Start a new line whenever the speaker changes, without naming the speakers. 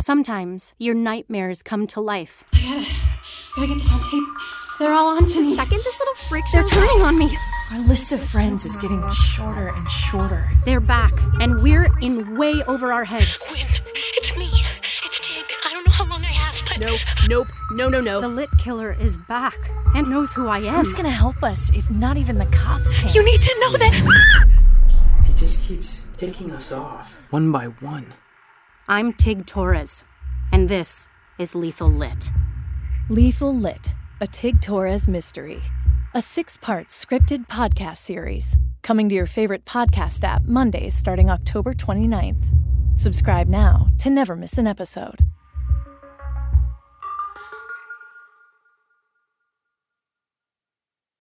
Sometimes your nightmares come to life.
I gotta, I gotta get this on tape. They're all on to me.
Second, this little freak show.
They're turning on me.
Our list of friends is getting shorter and shorter.
They're back, and we're in way over our heads.
Win, it's me. It's Jake. I don't know how long I have, but
Nope, nope, no, no,
The
no.
lit killer is back and knows who I am.
Who's gonna help us if not even the cops can?
you need to know that.
He just keeps picking us off, one by one.
I'm Tig Torres, and this is Lethal Lit.
Lethal Lit, a Tig Torres mystery. A six part scripted podcast series coming to your favorite podcast app Mondays starting October 29th. Subscribe now to never miss an episode.